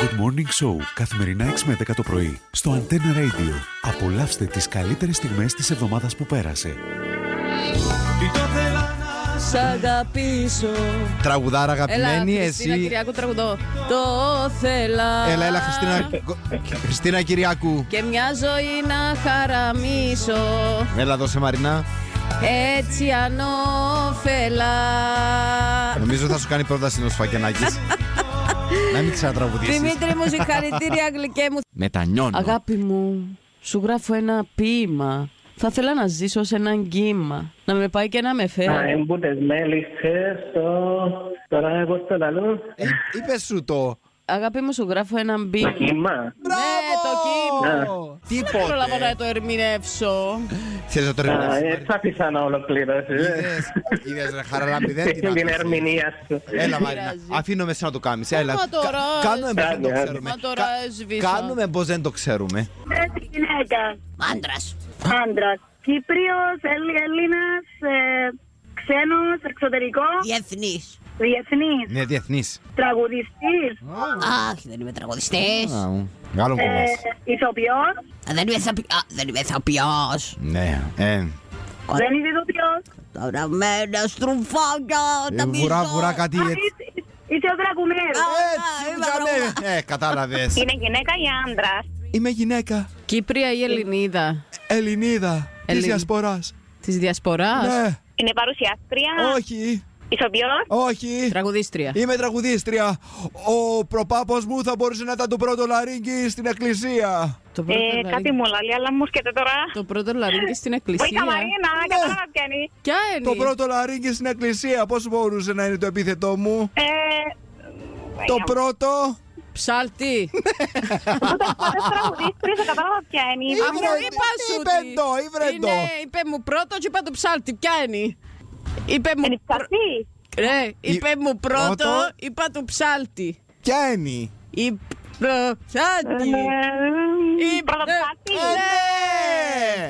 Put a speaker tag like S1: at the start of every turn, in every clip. S1: Good Morning Show, καθημερινά 6 με 10 το πρωί, στο Antenna Radio. Απολαύστε τις καλύτερες στιγμές της εβδομάδας που πέρασε.
S2: Σ' αγαπήσω.
S3: Τραγουδάρα αγαπημένη,
S4: Χριστίνα
S3: εσύ.
S4: Κυριακού τραγουδό.
S2: Το θέλα.
S3: Έλα, έλα, Χριστίνα, Χριστίνα Κυριακού.
S2: Και μια ζωή να χαραμίσω.
S3: Έλα, δώσε Μαρινά.
S2: Έτσι ανώφελα.
S3: Νομίζω θα σου κάνει πρόταση ενό φακενάκι. Να μην ξανατραγουδήσει.
S2: Δημήτρη μου, συγχαρητήρια γλυκέ μου.
S3: Μετανιώνω.
S2: Αγάπη μου, σου γράφω ένα ποίημα. Θα ήθελα να ζήσω σε έναν κύμα. Να με πάει και να με
S3: ε.
S2: φέρει.
S5: I'm put as melly so Τώρα εγώ στο λαλού.
S3: Ε, Είπες σου το.
S2: Αγάπη μου, σου γράφω έναν ποίημα.
S5: Κύμα.
S2: Ναι, το
S5: Ah,
S3: Oh,
S2: κύμα. Δεν προλάβω να
S3: Τίποτε.
S2: το ερμηνεύσω.
S3: Θες να το
S5: Α, ε,
S3: ερμηνεύσεις,
S5: Έτσι
S3: Μαρινά.
S5: άφησα να ολοκληρώσεις.
S3: Είδες, Είδες, ρε, χαραλάμπη, δεν την
S5: Την
S3: άφησες.
S5: ερμηνεία σου.
S3: Έλα,
S2: Δεν
S3: Μαρίνα.
S2: πειράζει.
S3: Αφήνω μέσα να το κάνεις. Έλα.
S2: Μα τώρα, ε,
S3: Κα- Κάνουμε πω δεν το
S5: Άντε, άντε.
S3: ξέρουμε.
S2: Μα τώρα ε,
S3: Κα-
S2: σβήσα.
S3: Κάνουμε πω δεν το ξέρουμε.
S6: Έτσι γυναίκα.
S2: Άντρας.
S6: Άντρας. Κύπριος, Έλληνας, ε, ξένος, εξωτερικό,
S7: Διεθνής.
S6: διεθνής,
S3: Ναι, διεθνής.
S6: τραγουδιστής,
S7: Αχ, δεν είμαι τραγουδιστής.
S3: Γάλλον
S6: ε,
S3: κομμά.
S6: ηθοποιό.
S7: Δεν είμαι ηθοποιό. Δεν είμαι ηθοποιός.
S3: Ναι, ε.
S6: Δεν είσαι ηθοποιός.
S7: Τώρα με ένα στρουφάκια.
S3: Ε,
S7: Τα μισώ.
S3: Βουρά, βουρά, κάτι έτσι.
S6: Είσαι ο δρακουμέρο.
S3: Έτσι, κάνε. Ε, κατάλαβες.
S6: Είναι γυναίκα ή άντρας.
S3: Είμαι γυναίκα.
S2: Κύπρια ή Ελληνίδα.
S3: Ελληνίδα. Της
S2: Ελλην-
S3: διασποράς.
S2: Της διασποράς.
S3: Ναι.
S6: Είναι παρουσιάστρια.
S3: Όχι.
S6: Ηθοποιό.
S3: Όχι.
S2: Τραγουδίστρια.
S3: Είμαι τραγουδίστρια. Ο προπάπος μου θα μπορούσε να ήταν το πρώτο λαρίκι στην εκκλησία.
S2: Το πρώτο, λαρί-
S6: Ε, μου λέει, αλλά μου σκέφτεται τώρα.
S2: το πρώτο λαρίκι στην εκκλησία.
S6: κατάλαβα ποια είναι.
S2: Ποια
S3: Το
S2: είναι.
S3: πρώτο λαρίκι στην εκκλησία. Πώς μπορούσε να είναι το επίθετό μου.
S6: Ε,
S3: Το πρώτο.
S2: Ψάλτη.
S6: τραγουδίστρια, δεν κατάλαβα ποια είναι.
S3: Ήβρε-
S2: Αφού είπα σου.
S3: είπε
S2: τι.
S3: το, ήβρε το.
S2: Είναι, είπε μου πρώτο και είπα το ψάλτη. Ποια είναι. Είπε μου,
S6: ψαρτή.
S2: ρε, είπε μου πρώτο,
S3: πρώτο.
S2: είπα του ψάλτη.
S3: Ποια είναι.
S2: Η
S6: Ε,
S2: ψάλτη. Η
S6: πρωτοψάλτη.
S3: ε,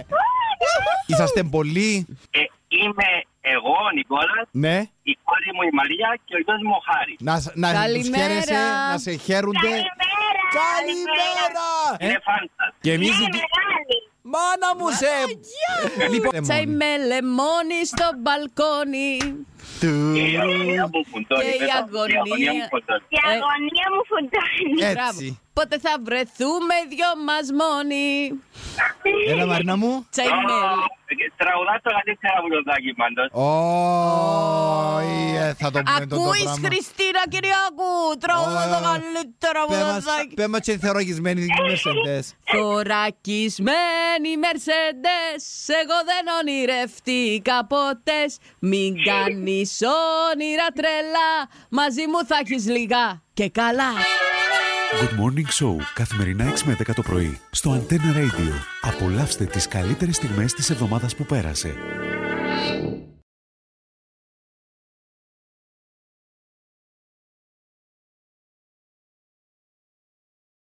S3: Ναι. Είσαστε πολλοί.
S8: Ε, είμαι εγώ ο Νικόλας,
S3: Ναι.
S8: η κόρη μου η Μαρία και ο γιος μου ο Χάρης.
S3: Να, σ- να
S2: Καλημέρα.
S3: τους χαίρεσαι, να σε χαίρονται.
S6: Καλημέρα.
S3: Καλημέρα!
S8: Είναι φαν σας.
S3: Και εμείς
S6: Είναι
S3: ζητούμε-
S6: μεγάλη.
S3: Ε, Μάνα μου σε... Λοιπόν,
S2: Τσάι με λεμόνι στο μπαλκόνι.
S3: Του.
S8: Και η αγωνία μου φουντώνει.
S2: Και η
S8: βέβαια.
S2: αγωνία.
S8: μου φουντώνει.
S6: Η
S2: Ε.
S6: αγωνία μου φουντώνει.
S3: Έτσι.
S2: Πότε θα βρεθούμε δυο μας μόνοι.
S3: Έλα Μαρίνα μου.
S2: Τσάι
S8: Ω,
S2: με.
S8: ε, Τραγουδά το καλύτερα βουλωτάκι πάντως.
S3: Όχι, ε, θα το πούμε το
S2: Ακούεις
S3: πράγμα.
S2: Χριστίνα Κυριακού, τρώγω
S3: Ωραία.
S2: το καλύτερο
S3: Πέ μας-
S2: βουδάκι.
S3: Πέ μας και θεωρογισμένοι μεσεντές.
S2: Θωρακισμένη Mercedes, εγώ δεν ονειρευτήκα ποτές. Μην κάνεις όνειρα τρελά, μαζί μου θα έχεις λίγα και καλά.
S1: Good Morning Show, καθημερινά 6 με 10 το πρωί, στο Antenna Radio. Απολαύστε τις καλύτερες στιγμές της εβδομάδας που πέρασε.